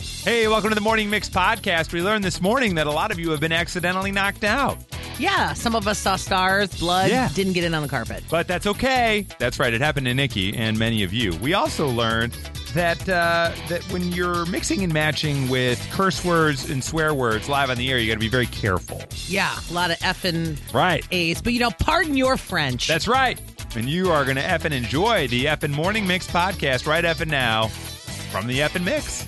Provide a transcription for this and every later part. Hey, welcome to the Morning Mix podcast. We learned this morning that a lot of you have been accidentally knocked out, Yeah, some of us saw stars, blood, Yeah. didn't get in on the carpet. but that's okay. That's right, it happened to Nikki and many of you. We also learned that uh, that when you're mixing and matching with curse words and swear words live on the air, you got to be very careful. Yeah, a lot of effing Right. A's. But you know, pardon your French. That's right. And you are going to effing enjoy the effing Morning Mix podcast right effing now from the effing Mix.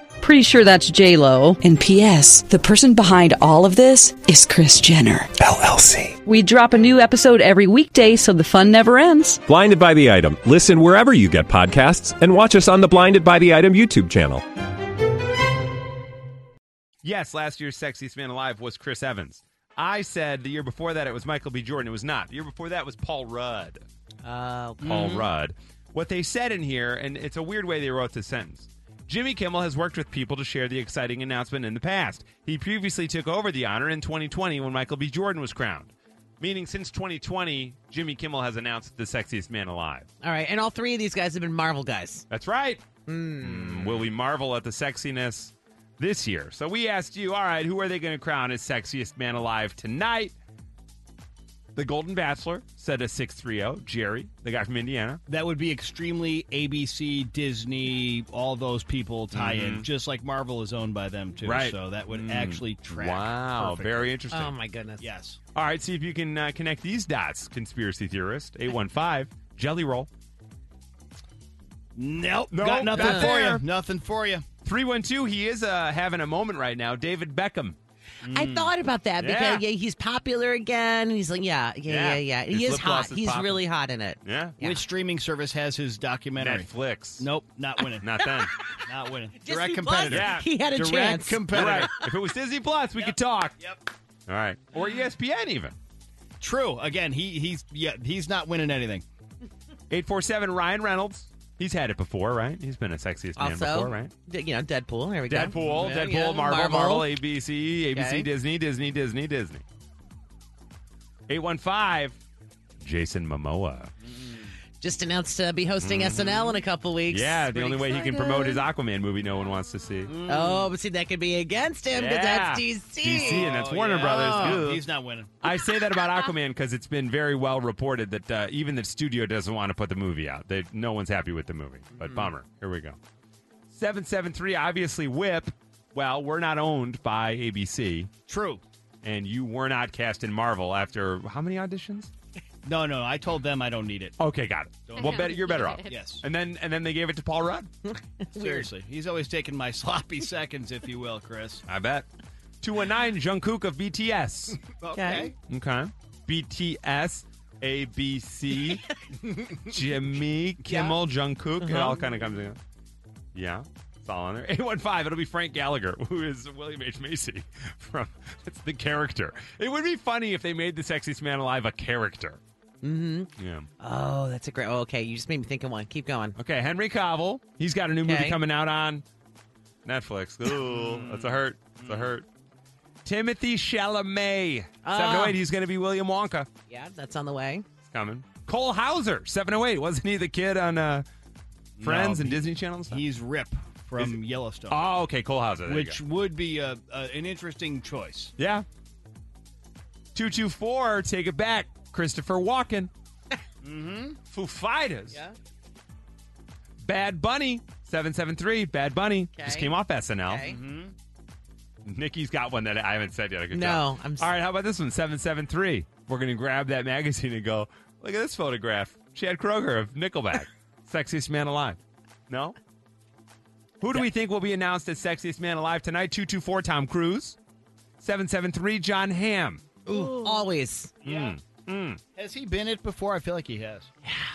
Pretty sure that's J Lo. And P.S. The person behind all of this is Chris Jenner. LLC. We drop a new episode every weekday, so the fun never ends. Blinded by the item. Listen wherever you get podcasts, and watch us on the Blinded by the Item YouTube channel. Yes, last year's sexiest man alive was Chris Evans. I said the year before that it was Michael B. Jordan. It was not. The year before that was Paul Rudd. Uh, Paul Rudd. What they said in here, and it's a weird way they wrote this sentence. Jimmy Kimmel has worked with people to share the exciting announcement in the past. He previously took over the honor in 2020 when Michael B. Jordan was crowned. Meaning, since 2020, Jimmy Kimmel has announced the sexiest man alive. all right, and all three of these guys have been Marvel guys. That's right. Hmm. Mm, Will we marvel at the sexiness this year? So we asked you, all right, who are they going to crown as sexiest man alive tonight? The Golden Bachelor said a 630, Jerry, the guy from Indiana. that would be extremely ABC, Disney, all those people tie in, just like Marvel is owned by them too. Mm-hmm. Right. So that would Mm. actually track. Wow, perfectly. very interesting. Oh my goodness. Yes. All right, see if you can uh, connect these dots, conspiracy theorist. 815, Jelly Roll. Nope. No, got nothing not for there. you. Nothing for you. 312, he is uh, having a moment right now. David Beckham. I thought about that Hmm. Yeah. because yeah, he's popular again. He's like, yeah, Yeah. yeah, yeah, yeah. He His is lip hot. gloss is he's popping. really hot in it. Yeah. Yeah. Which streaming service has his documentary? Netflix. Nope, not winning. Not then. not winning. Disney Direct Plus? competitor. Yeah. He had a Direct chance. You're competitor. right. If it was Disney Plus, we could talk. Yep. All right. Or E ESPN, even. True. Again, he he's yeah he's not winning anything. 847 Ryan Reynolds. He's had it before, right? He's been a sexiest man also, before, right? d- you know, Deadpool. There we go. Deadpool, Yeah, Deadpool, yeah, Marvel, Marvel, ABC, ABC, Okay. Disney, Disney, Disney, Disney. 815 Jason Momoa. Just announced to be hosting SNL in a couple weeks. Mm-hmm. Yeah, the Pretty only way he can excited. promote his Aquaman movie no one wants to see. Oh, but see, that could be against him because Yeah. that's Oh, DC. DC, and that's Warner yeah. Brothers. Ugh. He's not winning. I say that about Aquaman because it's been very well reported that uh, even the studio doesn't want to put the movie out. They, no one's happy with the movie, but Mm-hmm. bummer. Here we go. 773, obviously, Whip. Well, we're not owned by ABC, True. and you were not cast in Marvel after how many auditions? Oh. No, no. I told them I don't need it. Okay, got it. well, better, you're better off. Yes. And then and then they gave it to Paul Rudd. Seriously, he's always taking my sloppy seconds, if you will, Chris. I bet. 219 Jungkook of BTS. Okay. Okay. BTS, ABC, Jimmy, Kimmel, Jungkook. It all kind of comes in. Yeah. It's all on there. 815, it'll be Frank Gallagher, who is William H. Macy from it's the character. It would be funny if they made the sexiest man alive a character. Mm-hmm. Yeah. Oh, that's a great. Oh, okay, you just made me think of one. Keep going. Okay, Henry Cavill. He's got a new movie Okay. coming out on Netflix. Ooh, that's a hurt. That's a hurt. Timothy Chalamet. Ah. 708, he's going to be William Wonka. Yeah, that's on the way. It's coming. Cole Hauser, 708. Wasn't he the kid on uh, Friends No, and he- Disney Channel and stuff? He's Rip from Yellowstone. oh, okay, Cole Hauser. There you which go. would be a, a, an interesting choice. Yeah. 224, take it back. Christopher Walken. mm-hmm. Foo Fighters. Yeah. Bad Bunny, 773. Bad Bunny. Just Okay. came off SNL. Okay. Mm-hmm. Nikki's got one that I haven't said yet. Good No, job. I'm s- All right, how about this one? 773. We're going to grab that magazine and go, look at this photograph. Chad Kroger of Nickelback. Sexiest man alive. No? Who do we think will be announced as sexiest man alive tonight? 224 Tom Cruise. 773 John Hamm. Hmm. Always. Has he been it before? I feel like he has.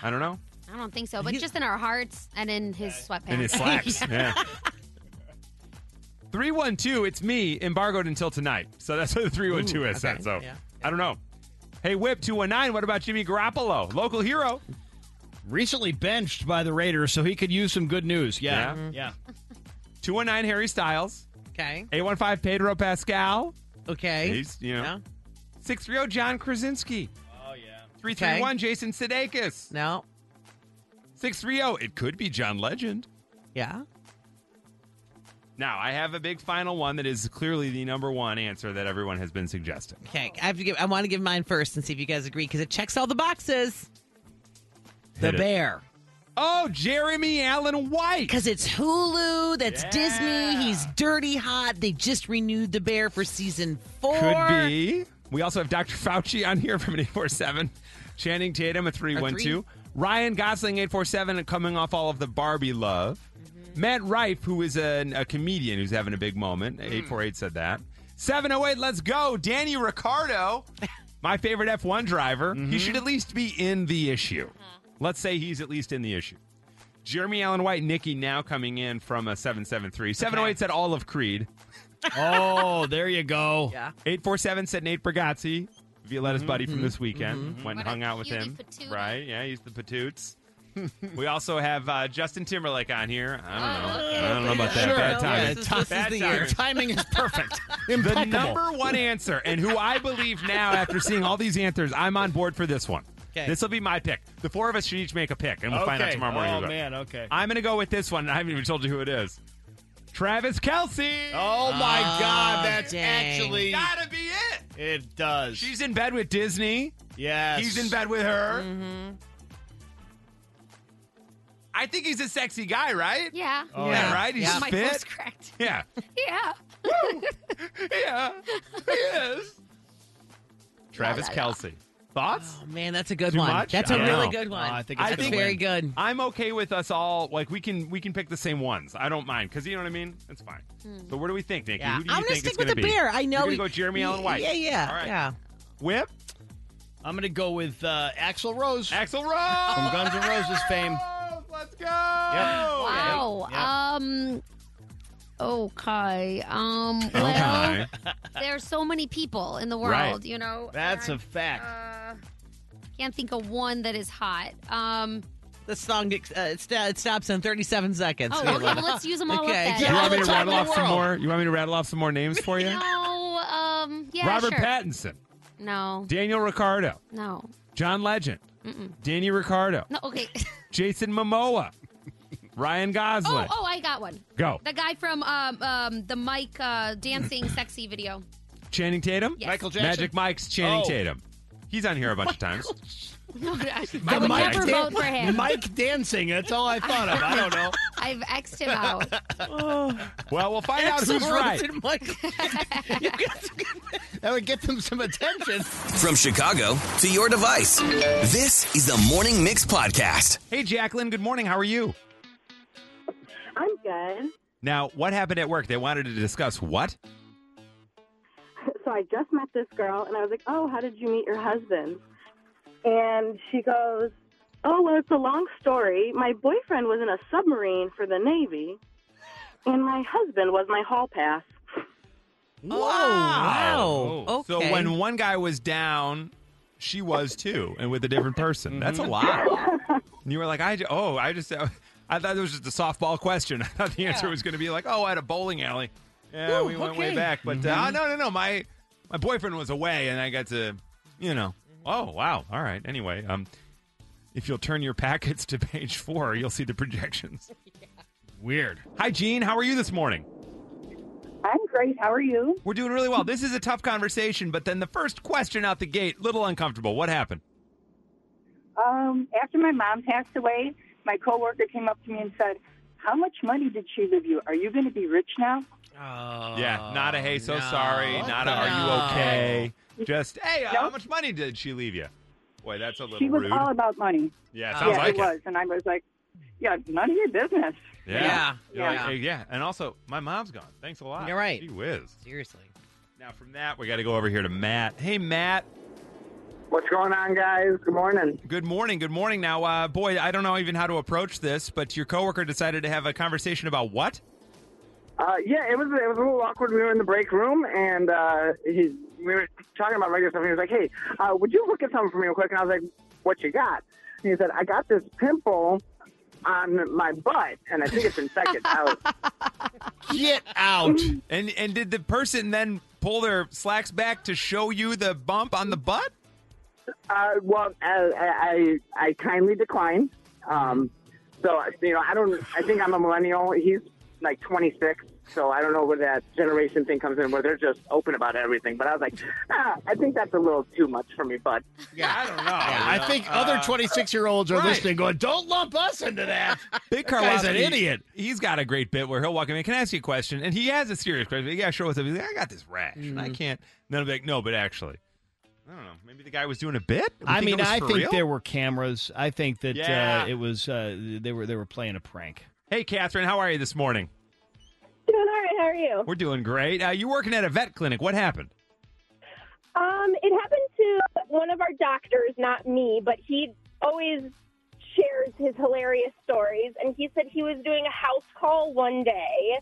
I don't know. I don't think so, but just in our hearts and in his sweatpants. And his slaps. yeah. 312, it's me, embargoed until tonight. So that's what the 312 has said. So Yeah. I don't know. Hey, Whip 219, what about Jimmy Garoppolo? Local hero. Recently benched by the Raiders, so he could use some good news. Yeah. Yeah. Yeah. 219, Harry Styles. Okay. 815, Pedro Pascal. Okay. He's, you know. 630, John Krasinski. Oh, yeah. 331, Jason Sudeikis. No. 630, it could be John Legend. Yeah. Now, I have a big final one that is clearly the number one answer that everyone has been suggesting. Okay. I have to give. I want to give mine first and see if you guys agree because it checks all the boxes. The Hit it. bear. Oh, Jeremy Allen White. Because it's Hulu, that's Disney. He's dirty hot. They just renewed the bear for season four. Could be. We also have Dr. Fauci on here from 847. Channing Tatum, a 312. Ryan Gosling, 847, coming off all of the Barbie love. Matt Rife, who is a, a comedian who's having a big moment, 848 said that. 708, let's go. Danny Ricardo, my favorite F1 driver. He should at least be in the issue. Let's say he's at least in the issue. Jeremy Allen White, Nikki now coming in from a 773. 708 said all of Creed. oh, there you go. Yeah. 847 said Nate Bergazzi, Violetta's Mm-hmm, buddy from this weekend, went and What a hung out with cutie him. patootie. Right? Yeah, he's the patoots. we also have uh, Justin Timberlake on here. I don't know. Oh, okay. I don't know about that. Sure. Bad Uh, Yeah, timing. this is- this is Bad the year. timing. Timing is perfect. The Impeccable. number one answer, and who I believe now, after seeing all these answers, I'm on board for this one. Okay. This will be my pick. The four of us should each make a pick, and we'll find out Okay. tomorrow morning. Oh, who's up. man. Okay. I'm going to go with this one. I haven't even told you who it is. Travis Kelsey. Oh, my God. That's Ah, dang. actually. gotta be it. It does. She's in bed with Disney. yes. Mm. He's in bed with her. I think he's a sexy guy, right? Yeah. Oh, Yeah, yeah. right? He's Yeah. My fit. phone's cracked. yeah. Yeah. Yeah. he is. Travis Kelsey. Thoughts? Oh, man, that's a good Too one. much? That's I a don't really know. good one. Uh, I think it's I gonna think- very win. good. I'm okay with us all like we can we can pick the same ones. I don't mind because you know what I mean. That's fine. So where do we think, Nikki? Hmm. Yeah. Who do you I'm gonna think stick it's with gonna the be? bear. I know. You're gonna we- go Jeremy Allen White. Yeah, yeah, All right. yeah. Whip I'm going to go with uh, Axel Rose Axel Rose from Guns N' Roses fame. Let's go. Wow. Um. Okay. Um. Well, Okay. there's so many people in the world. Right. You know. That's a and, fact. Uh, can't think of one that is hot. Um. The song gets- uh, it, sta it stops in 37 seconds. Oh, We okay. love Well, it. let's use them all Okay. up Do then. You Yeah, want me all to the time rattle in off the some world. more? You want me to rattle off some more names for you? No. Um. Yeah. Robert sure. Pattinson, No. Daniel Ricardo, No. John Legend, Danny Ricardo, No. Okay. Jason Momoa, Ryan oh. Gosling. Oh. I got one. Go. The guy from um, um, the Mike uh, dancing sexy video. Channing Tatum? Yes. Michael Jackson. Magic Mike's Channing Oh. Tatum. He's on here a bunch of times. No, I, I would Mike never Dan- vote for him. Mike dancing. That's all I thought of. I don't know. I've X'd him out. Well, we'll find out Axl who's Rose right. and Michael- That would get them some attention. From Chicago to your device, this is the Morning Mix Podcast. Hey, Jacqueline, good morning. How are you? I'm good. Now, what happened at work? They wanted to discuss what? So I just met this girl, and I was like, "Oh, how did you meet your husband?" And she goes, "Oh, well, it's a long story. My boyfriend was in a submarine for the Navy, and my husband was my hall pass." Wow. wow. So Okay. when one guy was down, she was too, and with a different person. That's a lot. And you were like, I ju- oh, I just I thought it was just a softball question. I thought the answer was going to be like, oh, at a bowling alley. Yeah, we went way okay. back, but uh, no, no, no. My my boyfriend was away, and I got to, you know. Oh wow. All right. Anyway, um, if you'll turn your packets to page four, you'll see the projections. Weird. Hi, Gene. How are you this morning? I'm great. How are you? We're doing really well. This is a tough conversation, but then the first question out the gate, little uncomfortable. What happened? Um, after my mom passed away, my coworker came up to me and said, "How much money did she leave you? Are you going to be rich now?" Oh, yeah, not a hey, so no. sorry. Not a No. are you okay? Just hey, uh, how Nope. much money did she leave you? Boy, that's a little She was rude. all about money. yeah, sounds yeah, like it was, and I was like, Yeah, none of your business. Yeah. Yeah. You're like, Yeah. "Hey, yeah. And also, my mom's gone. Thanks a lot. You're right. Gee whiz. Seriously. Now, from that, we got to go over here to Matt. Hey, Matt. What's going on, guys? Good morning. Good morning. Good morning. Now, uh, boy, I don't know even how to approach this, but your coworker decided to have a conversation about what? Uh, yeah, it was it was a little awkward. We were in the break room, and uh, he we were talking about regular stuff. And he was like, "Hey, uh, would you look at something for me real quick?" And I was like, "What you got?" And he said, "I got this pimple on my butt, and I think it's infected." I was, Get out. and and did the person then pull their slacks back to show you the bump on the butt? uh, well, I, I I kindly declined. Um, so you know, I don't. I think I'm a millennial. He's like 26. So I don't know where that generation thing comes in, where they're just open about everything. But I was like, ah, I think that's a little too much for me, bud. Yeah, I don't know. I think other 26 year olds are right. listening going, don't lump us into that. Big That guy's an Karlofsky, idiot. He's got a great bit where he'll walk in. Can I ask you a question? And he has a serious question. Yeah, sure. What's up? He's like, I got this rash. And Mm-hmm. I can't. And then I'll be like, no, but actually, I don't know. Maybe the guy was doing a bit. We I think it mean, was I for think real? there were cameras. I think that Yeah. uh, it was uh, they were they were playing a prank. Hey, Catherine, how are you this morning? Doing all right. How are you? We're doing great. Uh, you're working at a vet clinic. What happened? Um, it happened to one of our doctors, not me, but he always shares his hilarious stories. And he said he was doing a house call one day,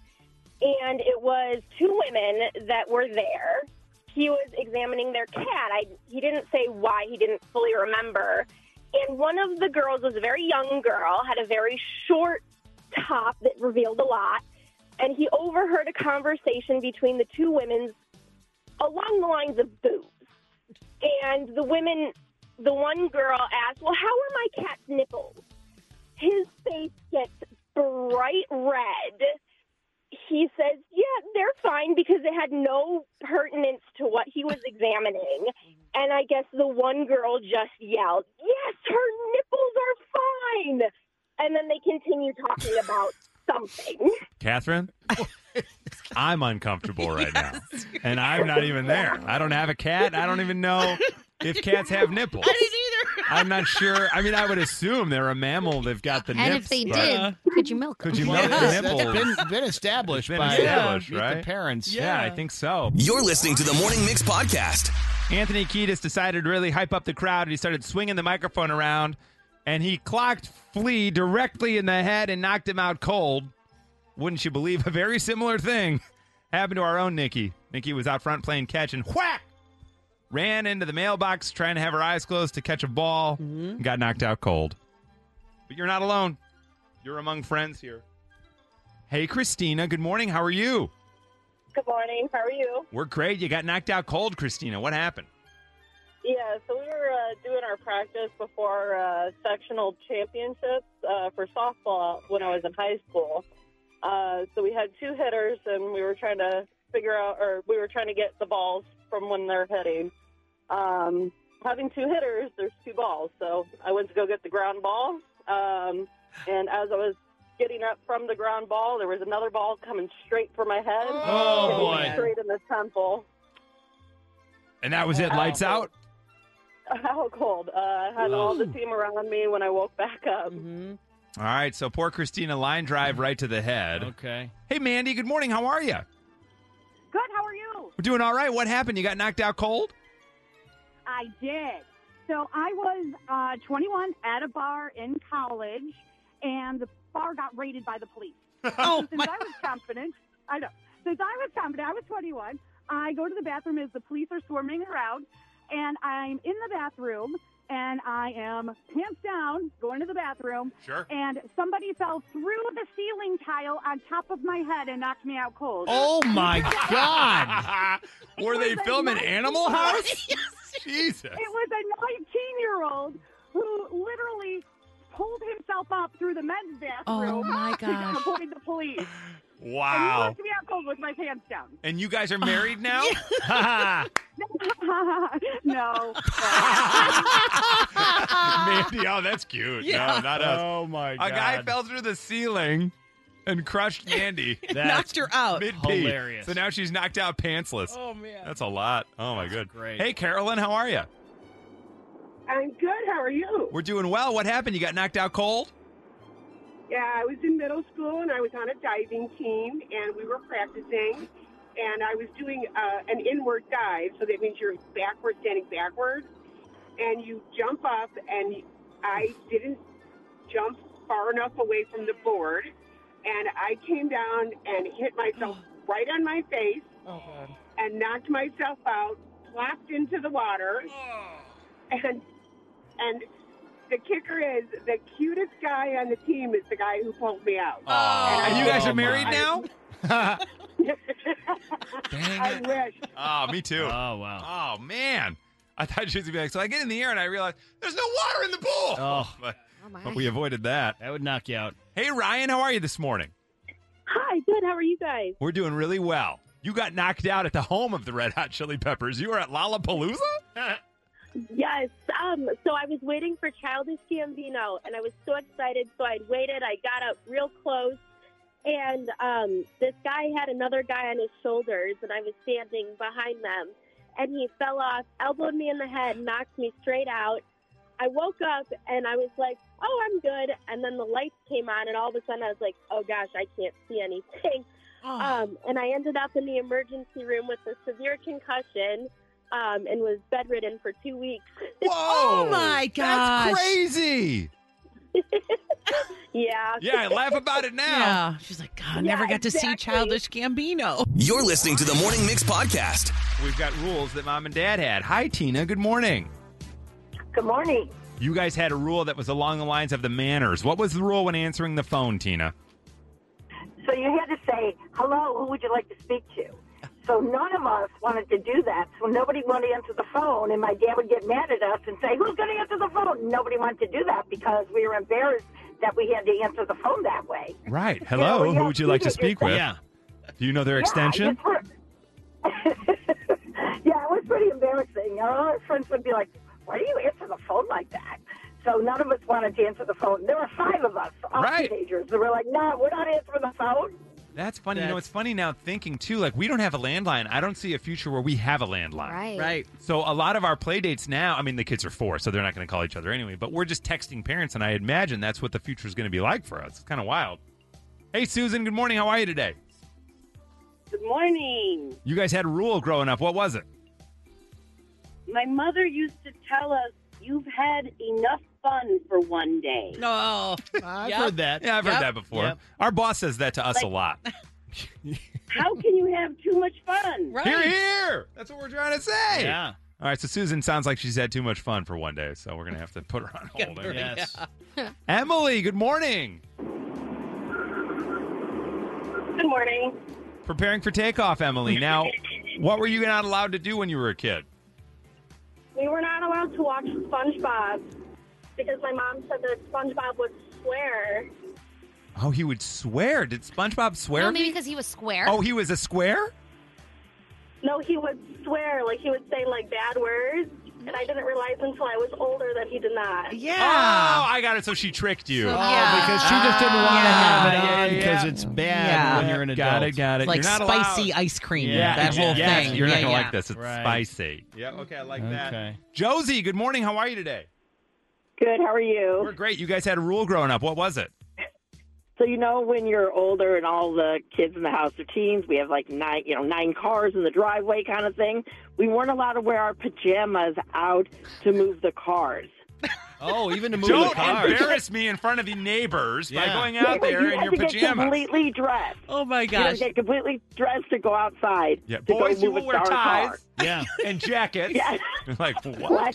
and it was two women that were there. He was examining their cat. I, he didn't say why, he didn't fully remember. And one of the girls was a very young girl, had a very short top that revealed a lot. And he overheard a conversation between the two women along the lines of boobs. And the women, the one girl asked, Well, how are my cat's nipples? His face gets bright red. He says, Yeah, they're fine because it had no pertinence to what he was examining. And I guess the one girl just yelled, Yes, her nipples are fine. And then they continue talking about something. Catherine, I'm uncomfortable right now. And I'm not even there. I don't have a cat. I don't even know if cats have nipples. didn't I'm not sure. I mean, I would assume they're a mammal. They've got the and nips. if they but- did, could you milk? Could you them? milk the nipples? That's been, been established Been by established, uh, meet right? the parents. Yeah, I think so. You're listening to the Morning Mix podcast. Anthony Kiedis decided to really hype up the crowd, and he started swinging the microphone around, and he clocked Flea directly in the head and knocked him out cold. Wouldn't you believe a very similar thing happened to our own Nikki? Nikki was out front playing catch, and whack! Ran into the mailbox trying to have her eyes closed to catch a ball, and got knocked out cold. But you're not alone. You're among friends here. Hey, Christina. Good morning. How are you? Good morning. How are you? We're great. You got knocked out cold, Christina. What happened? Yeah, so we were uh, doing our practice before uh, sectional championships uh, for softball when I was in high school. Uh, so we had two hitters, and we were trying to figure out, or we were trying to get the balls from when they're hitting. Um, having two hitters, there's two balls. So I went to go get the ground ball, um, and as I was getting up from the ground ball, there was another ball coming straight for my head. Oh, Hit me boy. Straight in the temple. And that was it. Lights Oh. out. How cold. Uh, I had all the team around me when I woke back up. All right, so poor Christina line drive right to the head. Okay. Hey Mandy, good morning. How are you? Good. How are you? We're doing all right. What happened? You got knocked out cold? I did. So I was uh, 21 at a bar in college, and the bar got raided by the police. Oh, so since I was confident, I know. Since I was confident, I was 21. I go to the bathroom as the police are swarming around, and I'm in the bathroom, and I am pants down going to the bathroom. Sure. And somebody fell through the ceiling tile on top of my head and knocked me out cold. Oh my God! Were they filming Animal House? Jesus. It was a 19 year old who literally pulled himself up through the men's bathroom Oh, my to gosh. avoid the police. And he Wow. looked me out cold with my pants down. And you guys are married now? Oh. no. Mandy, oh, that's cute. Yeah. No, not us. Oh, my A guy God. fell through the ceiling and crushed Mandy. Knocked her out. Mid hilarious. So now she's knocked out pantsless. Oh, man. That's a lot. Oh my good. great. Hey Carolyn, how are you? I'm good. How are you? We're doing well. What happened? You got knocked out cold? Yeah, I was in middle school and I was on a diving team and we were practicing and I was doing uh, an inward dive. So that means you're backward, standing backward, and you jump up. And I didn't jump far enough away from the board. And I came down and hit myself right on my face Oh, God. and knocked myself out, plopped into the water, and and the kicker is the cutest guy on the team is the guy who pulled me out. Aw. And you guys are married I- now? I wish. Oh, me too. Oh wow. Oh man. I thought she was gonna be like, so I get in the air and I realize there's no water in the pool. Oh. but, but we avoided that. That would knock you out. Hey Ryan, how are you this morning? Hi, good. How are you guys? We're doing really well. You got knocked out at the home of the Red Hot Chili Peppers. You were at Lollapalooza? Yes. Um. So I was waiting for Childish Gambino, and I was so excited. So I waited. I got up real close, and um, this guy had another guy on his shoulders, and I was standing behind them, and he fell off, elbowed me in the head, knocked me straight out. I woke up and I was like, "Oh, I'm good." And then the lights came on, and all of a sudden I was like, "Oh gosh, I can't see anything." Ah. Um, and I ended up in the emergency room with a severe concussion. Um, and was bedridden for two weeks. Whoa! That's crazy. Yeah. Yeah, I laugh about it now. Yeah. She's like, God, I never got to see Childish Gambino. You're listening to the Morning Mix podcast. We've got rules that mom and dad had. Hi, Tina. Good morning. Good morning. You guys had a rule that was along the lines of the manners. What was the rule when answering the phone, Tina? So you had to say, hello, who would you like to speak to? So none of us wanted to do that. So nobody wanted to answer the phone. And my dad would get mad at us and say, who's going to answer the phone? Nobody wanted to do that because we were embarrassed that we had to answer the phone that way. Right. Hello. yeah, Who would you like to Tina, speak you're with? saying- Do you know their Yeah, extension? that's right. yeah, it was pretty embarrassing. All our friends would be like, why do you answer the phone like that? So none of us wanted to answer the phone. There were five of us, all Right. teenagers, that were like, no, we're not answering the phone. That's funny. you know, it's funny now thinking too. Like we don't have a landline. I don't see a future where we have a landline. Right. Right. So a lot of our play dates now. I mean, the kids are four, so they're not going to call each other anyway. But we're just texting parents, and I imagine that's what the future is going to be like for us. It's kind of wild. Hey, Susan. Good morning. How are you today? Good morning. You guys had a rule growing up. What was it? My mother used to tell us, "You've had enough fun for one day." No, I've heard that. Yeah, I've heard that before. Our boss says that to us a lot. How can you have too much fun? Right. Hear, hear. That's what we're trying to say. Yeah. All right. So Susan sounds like she's had too much fun for one day, so we're going to have to put her on hold. her, Yes. Emily. Good morning. Good morning. preparing for takeoff, Emily. Now, what were you not allowed to do when you were a kid? We were not allowed to watch SpongeBob because my mom said that SpongeBob would swear. Oh, he would swear. Did SpongeBob swear? No, maybe because he was square. oh, he was a square? No, he would swear. Like, he would say, like, bad words. And I didn't realize until I was older that he did not. Oh, I got it. So she tricked you. Ah. Oh, because she just didn't want to have it yeah, on yeah, because yeah. it's bad Yeah. when you're an adult. Got it, got it. Like You're not spicy allowed. ice cream. Yeah, that whole yeah, thing. You're not Yeah, gonna yeah. like this. It's Right. spicy. Yeah, okay, I like Okay. Josie, good morning. How are you today? Good. How are you? We're great. You guys had a rule growing up. What was it? So you know when you're older and all the kids in the house are teens, we have like nine, you know, nine cars in the driveway kind of thing. We weren't allowed to wear our pajamas out to move the cars. Oh, even to move Don't the cars. embarrass me in front of the neighbors by Yeah. going out there you in had your to get pajamas. completely dressed. Oh my You had gosh. to get completely dressed to go outside. Yeah, to go boys, you move will a wear darn car. ties. Yeah, and jackets. You're like what?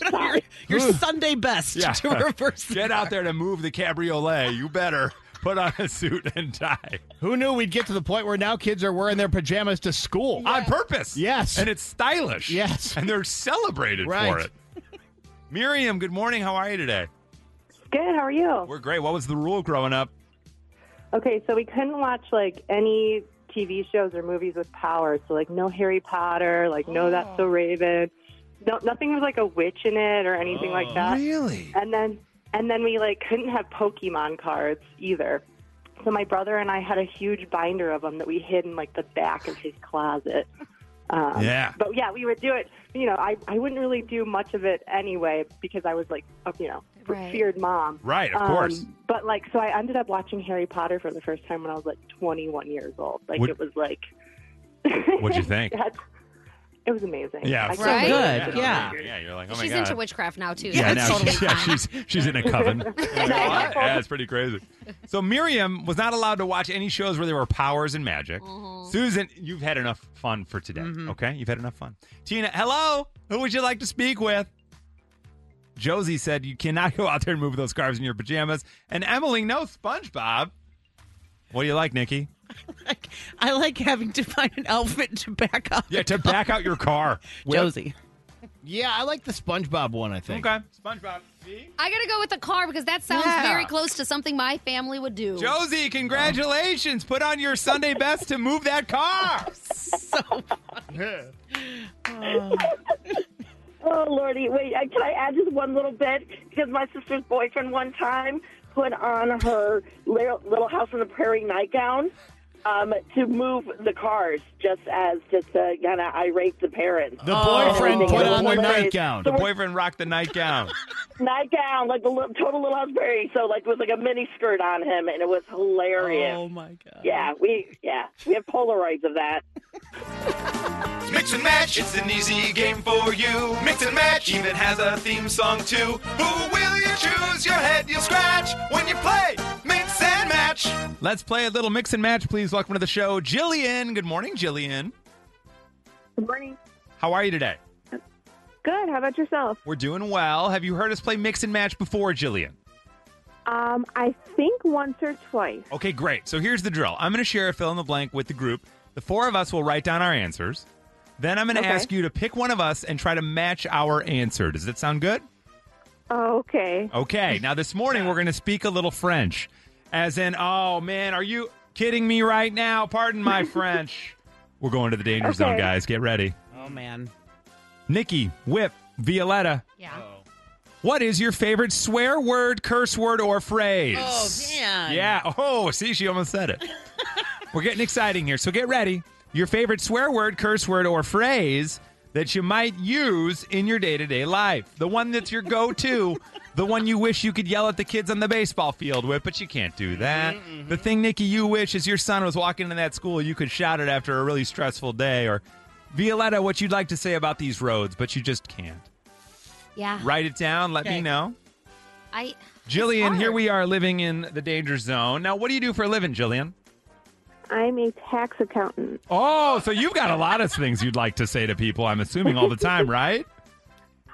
Black tie. Your Sunday best to reverse. Get out there to move the cabriolet. You better put on a suit and tie Who knew we'd get to the point where now kids are wearing their pajamas to school on purpose. Yes, and it's stylish. Yes, and they're celebrated for Right. it. Miriam, good morning. How are you today? Good. How are you? We're great. What was the rule growing up? Okay, so we couldn't watch like any TV shows or movies with power. So like no Harry Potter, like no Oh. That's So Raven, no, nothing with like a witch in it or anything like that. Oh, Really? And then and then we like couldn't have Pokemon cards either. So my brother and I had a huge binder of them that we hid in like the back of his closet. Um, Yeah. But yeah, we would do it. You know, I, I wouldn't really do much of it anyway because I was like, uh, you know, f- feared mom. Right, of Um, course. But like, so I ended up watching Harry Potter for the first time when I was like 21 years old. Like, Would- it was like, What'd you think? that's, it was amazing. Yeah, I so can't believe good. it. Yeah. Yeah, you're like, oh my She's God. into witchcraft now too. Yeah, That's now totally she's, yeah, she's she's in a coven. yeah, it's pretty crazy. So Miriam was not allowed to watch any shows where there were powers and magic. Mm-hmm. Susan, you've had enough fun for today. Okay, you've had enough fun. Tina, hello. Who would you like to speak with? Josie said you cannot go out there and move those scarves in your pajamas. And Emily, no SpongeBob. What do you like, Nikki? I like having to find an outfit to back up. Yeah, to back out your car, Josie. Yeah, I like the SpongeBob one. I think. Okay, SpongeBob. I gotta go with the car because that sounds Yeah. very close to something my family would do. Josie, congratulations! Put on your Sunday best to move that car. Oh lordy, wait! I, can I add just one little bit? Because my sister's boyfriend one time put on her Little Little House on the Prairie nightgown um, to move the cars, just as just to kind of irate the parents. The And everything. boyfriend It was put on Oh. the hilarious. nightgown. The boyfriend rocked the nightgown. nightgown, like the little, total Little House on the Prairie. So like it was like a mini skirt on him, and it was hilarious. Oh my god! Yeah, we yeah we have Polaroids of that. Mix and match, it's an easy game for you. Mix and match even has a theme song too. Who will you choose? Your head you'll scratch when you play mix and match. Let's play a little mix and match, please. Welcome to the show, Jillian. Good morning, Jillian. Good morning. How are you today? Good. How about yourself? We're doing well. Have you heard us play mix and match before, Jillian? Um, I think once or twice. Okay, great. So here's the drill. I'm going to share a fill in the blank with the group. The four of us will write down our answers. Then I'm going to Okay. ask you to pick one of us and try to match our answer. Does that sound good? Okay. Okay. Now this morning we're going to speak a little French. As in, oh man, are you kidding me right now? Pardon my French. we're going to the danger zone, Okay. guys. Get ready. Oh man. Nikki, Whip, Violetta. Oh. Yeah. What is your favorite swear word, curse word, or phrase? Oh, man. Yeah. Oh, see, she almost said it. We're getting exciting here, so get ready. Your favorite swear word, curse word, or phrase that you might use in your day to day life. The one that's your go to, the one you wish you could yell at the kids on the baseball field with, but you can't do that. The thing, Nikki, you wish is your son was walking into that school, you could shout it after a really stressful day. Or, Violetta, what you'd like to say about these roads, but you just can't. Yeah. Write it down, let me know. I Jillian, here we are living in the danger zone. Now, what do you do for a living, Jillian? I'm a tax accountant. Oh, so you've got a lot of things you'd like to say to people, I'm assuming, all the time, right?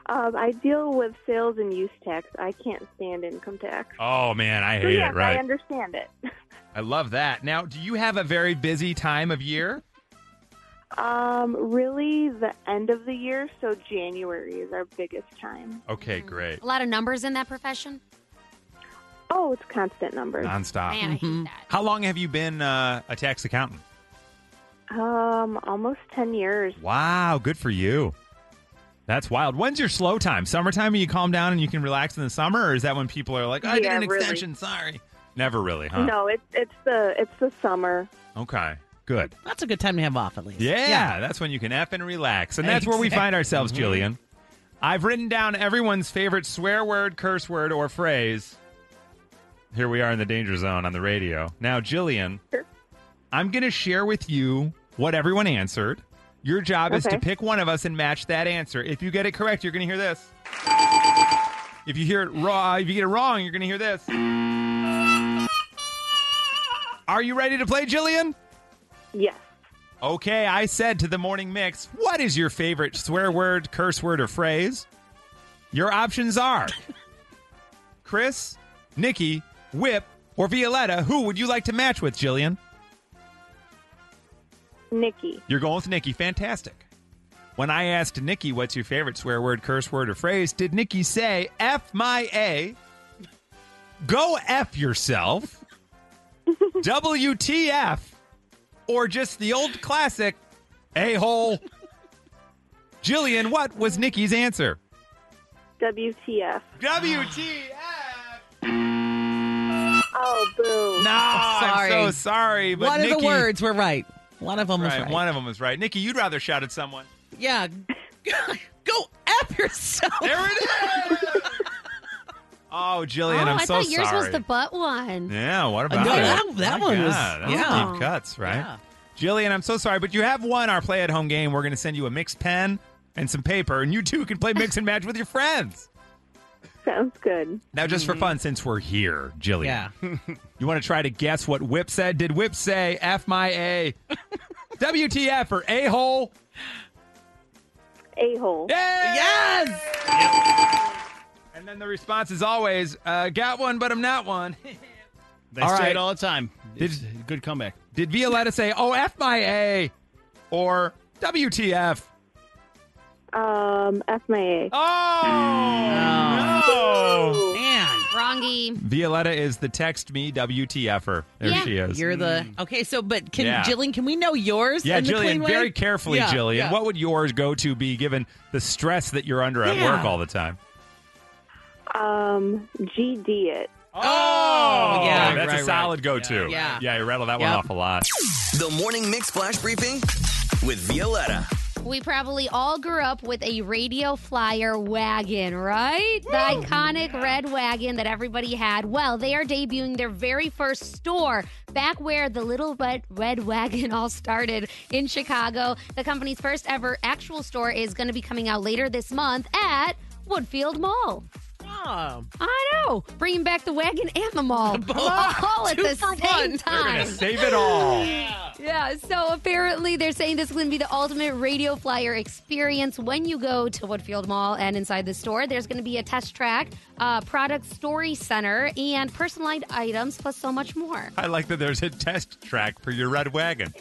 Um, I deal with sales and use tax. I can't stand income tax. Oh, man, I So hate yes, it, right? I understand it. I love that. Now, do you have a very busy time of year? Um, really, the end of the year, so January is our biggest time. Okay, great. a lot of numbers in that profession. Oh, it's constant numbers. Nonstop. Mm-hmm. Man, I hate Mhm. that. How long have you been uh, a tax accountant? Um, almost ten years. Wow, good for you. That's wild. When's your slow time? Summertime when you calm down and you can relax in the summer, or is that when people are like, I did Yeah, an really. extension, sorry? Never really, huh? No, it's it's the it's the summer. Okay, good. That's a good time to have off at least. Yeah, that's when you can F and relax. And that's where we Exactly. find ourselves, Mhm. Jillian. I've written down everyone's favorite swear word, curse word, or phrase. Here we are in the danger zone on the radio. Now, Jillian, I'm going to share with you what everyone answered. Your job is to Okay. pick one of us and match that answer. If you get it correct, you're going to hear this. If you hear it raw, if you get it wrong, you're going to hear this. Are you ready to play, Jillian? Yes. Okay, I said to the morning mix, what is your favorite swear word, curse word, or phrase? Your options are Chris, Nikki, Whip, or Violetta. Who would you like to match with, Jillian? Nikki. You're going with Nikki. Fantastic. When I asked Nikki what's your favorite swear word, curse word, or phrase, did Nikki say F my A? Go F yourself? WTF? Or just the old classic a hole? Jillian, what was Nikki's answer? WTF. WTF. Oh, boo. Oh, No, I'm so sorry, but One of Nikki- the words were right. One of them was right. One of them was right. Nikki, you'd rather shout at someone. Yeah. Go F yourself. There it Oh, Jillian, oh, I'm I so thought yours sorry. was the butt one. Yeah, what about no, it? that- that My one was- God, those yeah. deep cuts, right? Yeah. Jillian, I'm so sorry, but you have won our play at home game. We're going to send you a mixed pen and some paper, and you two can play mix and match with your friends. Sounds good. Now, just Mm. for fun, since we're here, Jillian, you want to try to guess what Whip said? Did Whip say F my A? WTF or a hole? A hole. Yes! And then the response is always, uh, got one, but I'm not one. They All say right. it all the time. Did- It's a good comeback. Did Violetta say, oh, F my A? Or WTF? Um, F my A. Oh! Man. Wrongy. Violetta is the text me WTFer. There yeah, she is. You're the Mm. okay. So, but can Yeah. Jillian? Can we know yours? Yeah, in the clean Jillian, way? very carefully, Yeah, Jillian. yeah. What would yours go to be given the stress that you're under at Yeah. work all the time? Um, GD it. Oh, yeah. that's Right, a right. solid go to. Yeah. yeah, you rattle that one Yep. off a lot. The Morning Mix Flash Briefing with Violetta. We probably all grew up with a radio flyer wagon, right? The iconic red wagon that everybody had. Well, they are debuting their very first store back where the little red, red wagon all started in Chicago. The company's first ever actual store is going to be coming out later this month at Woodfield Mall. I know. Bringing back the wagon and the mall. all at Two the for same one. time. We're gonna save it all. Yeah, so apparently they're saying this is going to be the ultimate radio flyer experience when you go to Woodfield Mall and inside the store. There's going to be a test track, uh, product story center, and personalized items, plus so much more. I like that there's a test track for your red wagon.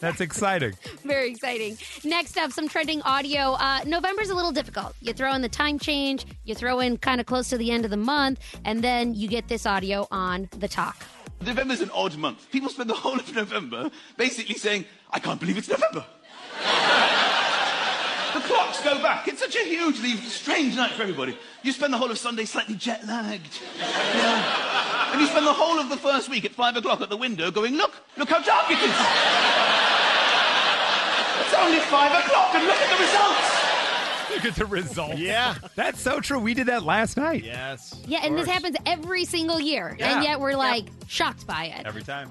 That's exciting. Very exciting. Next up, some trending audio. Uh, November's a little difficult. You throw in the time change, you throw in kind of close to the end of the month, and then you get this audio on the talk. November's an odd month. People spend the whole of November basically saying, I can't believe it's November. the clocks go back. It's such a hugely strange night for everybody. You spend the whole of Sunday slightly jet lagged. Yeah. And you spend the whole of the first week at five o'clock at the window going, Look, look how dark it is. it's only five o'clock, and look at the results. Look at the results. Yeah. That's so true. We did that last night. Yes. Yeah, and this happens every single year, Yeah. and yet we're like shocked by it. Every time.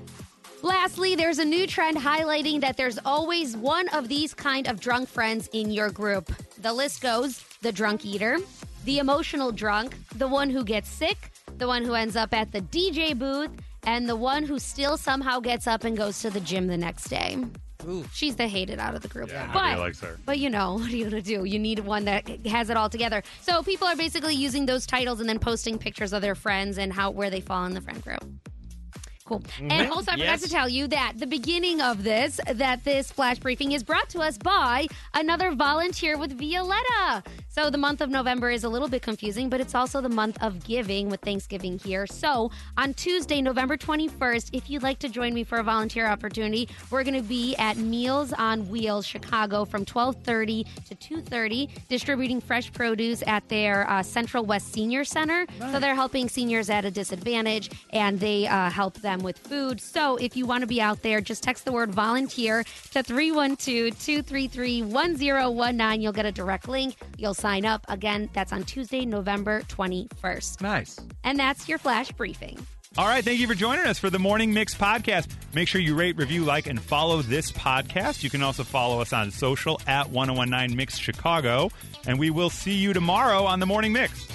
Lastly, there's a new trend highlighting that there's always one of these kind of drunk friends in your group. The list goes the drunk eater, the emotional drunk, the one who gets sick, the one who ends up at the DJ booth, and the one who still somehow gets up and goes to the gym the next day. She's the hated out of the group. but likes her. but you know, what are you going to do? You need one that has it all together. So people are basically using those titles and then posting pictures of their friends and how where they fall in the friend group. Cool. Mm-hmm. Mm-hmm. And also, I forgot Yes. to tell you that the beginning of this, that this flash briefing is brought to us by another volunteer with Violetta. So the month of November is a little bit confusing, but it's also the month of giving with Thanksgiving here. So on Tuesday, November 21st, if you'd like to join me for a volunteer opportunity, we're going to be at Meals on Wheels Chicago from 12:30 to 2:30, distributing fresh produce at their uh, Central West Senior Center. So they're helping seniors at a disadvantage, and they uh, help them with food. So if you want to be out there, just text the word volunteer to 312-233-1019. You'll get a direct link. You'll sign up. Again, that's on Tuesday, November 21st. Nice. And that's your flash briefing. All right, thank you for joining us for the Morning Mix podcast. Make sure you rate, review, like, and follow this podcast. You can also follow us oh on social at 1019 Mix Chicago. And we will see you tomorrow on the Morning Mix.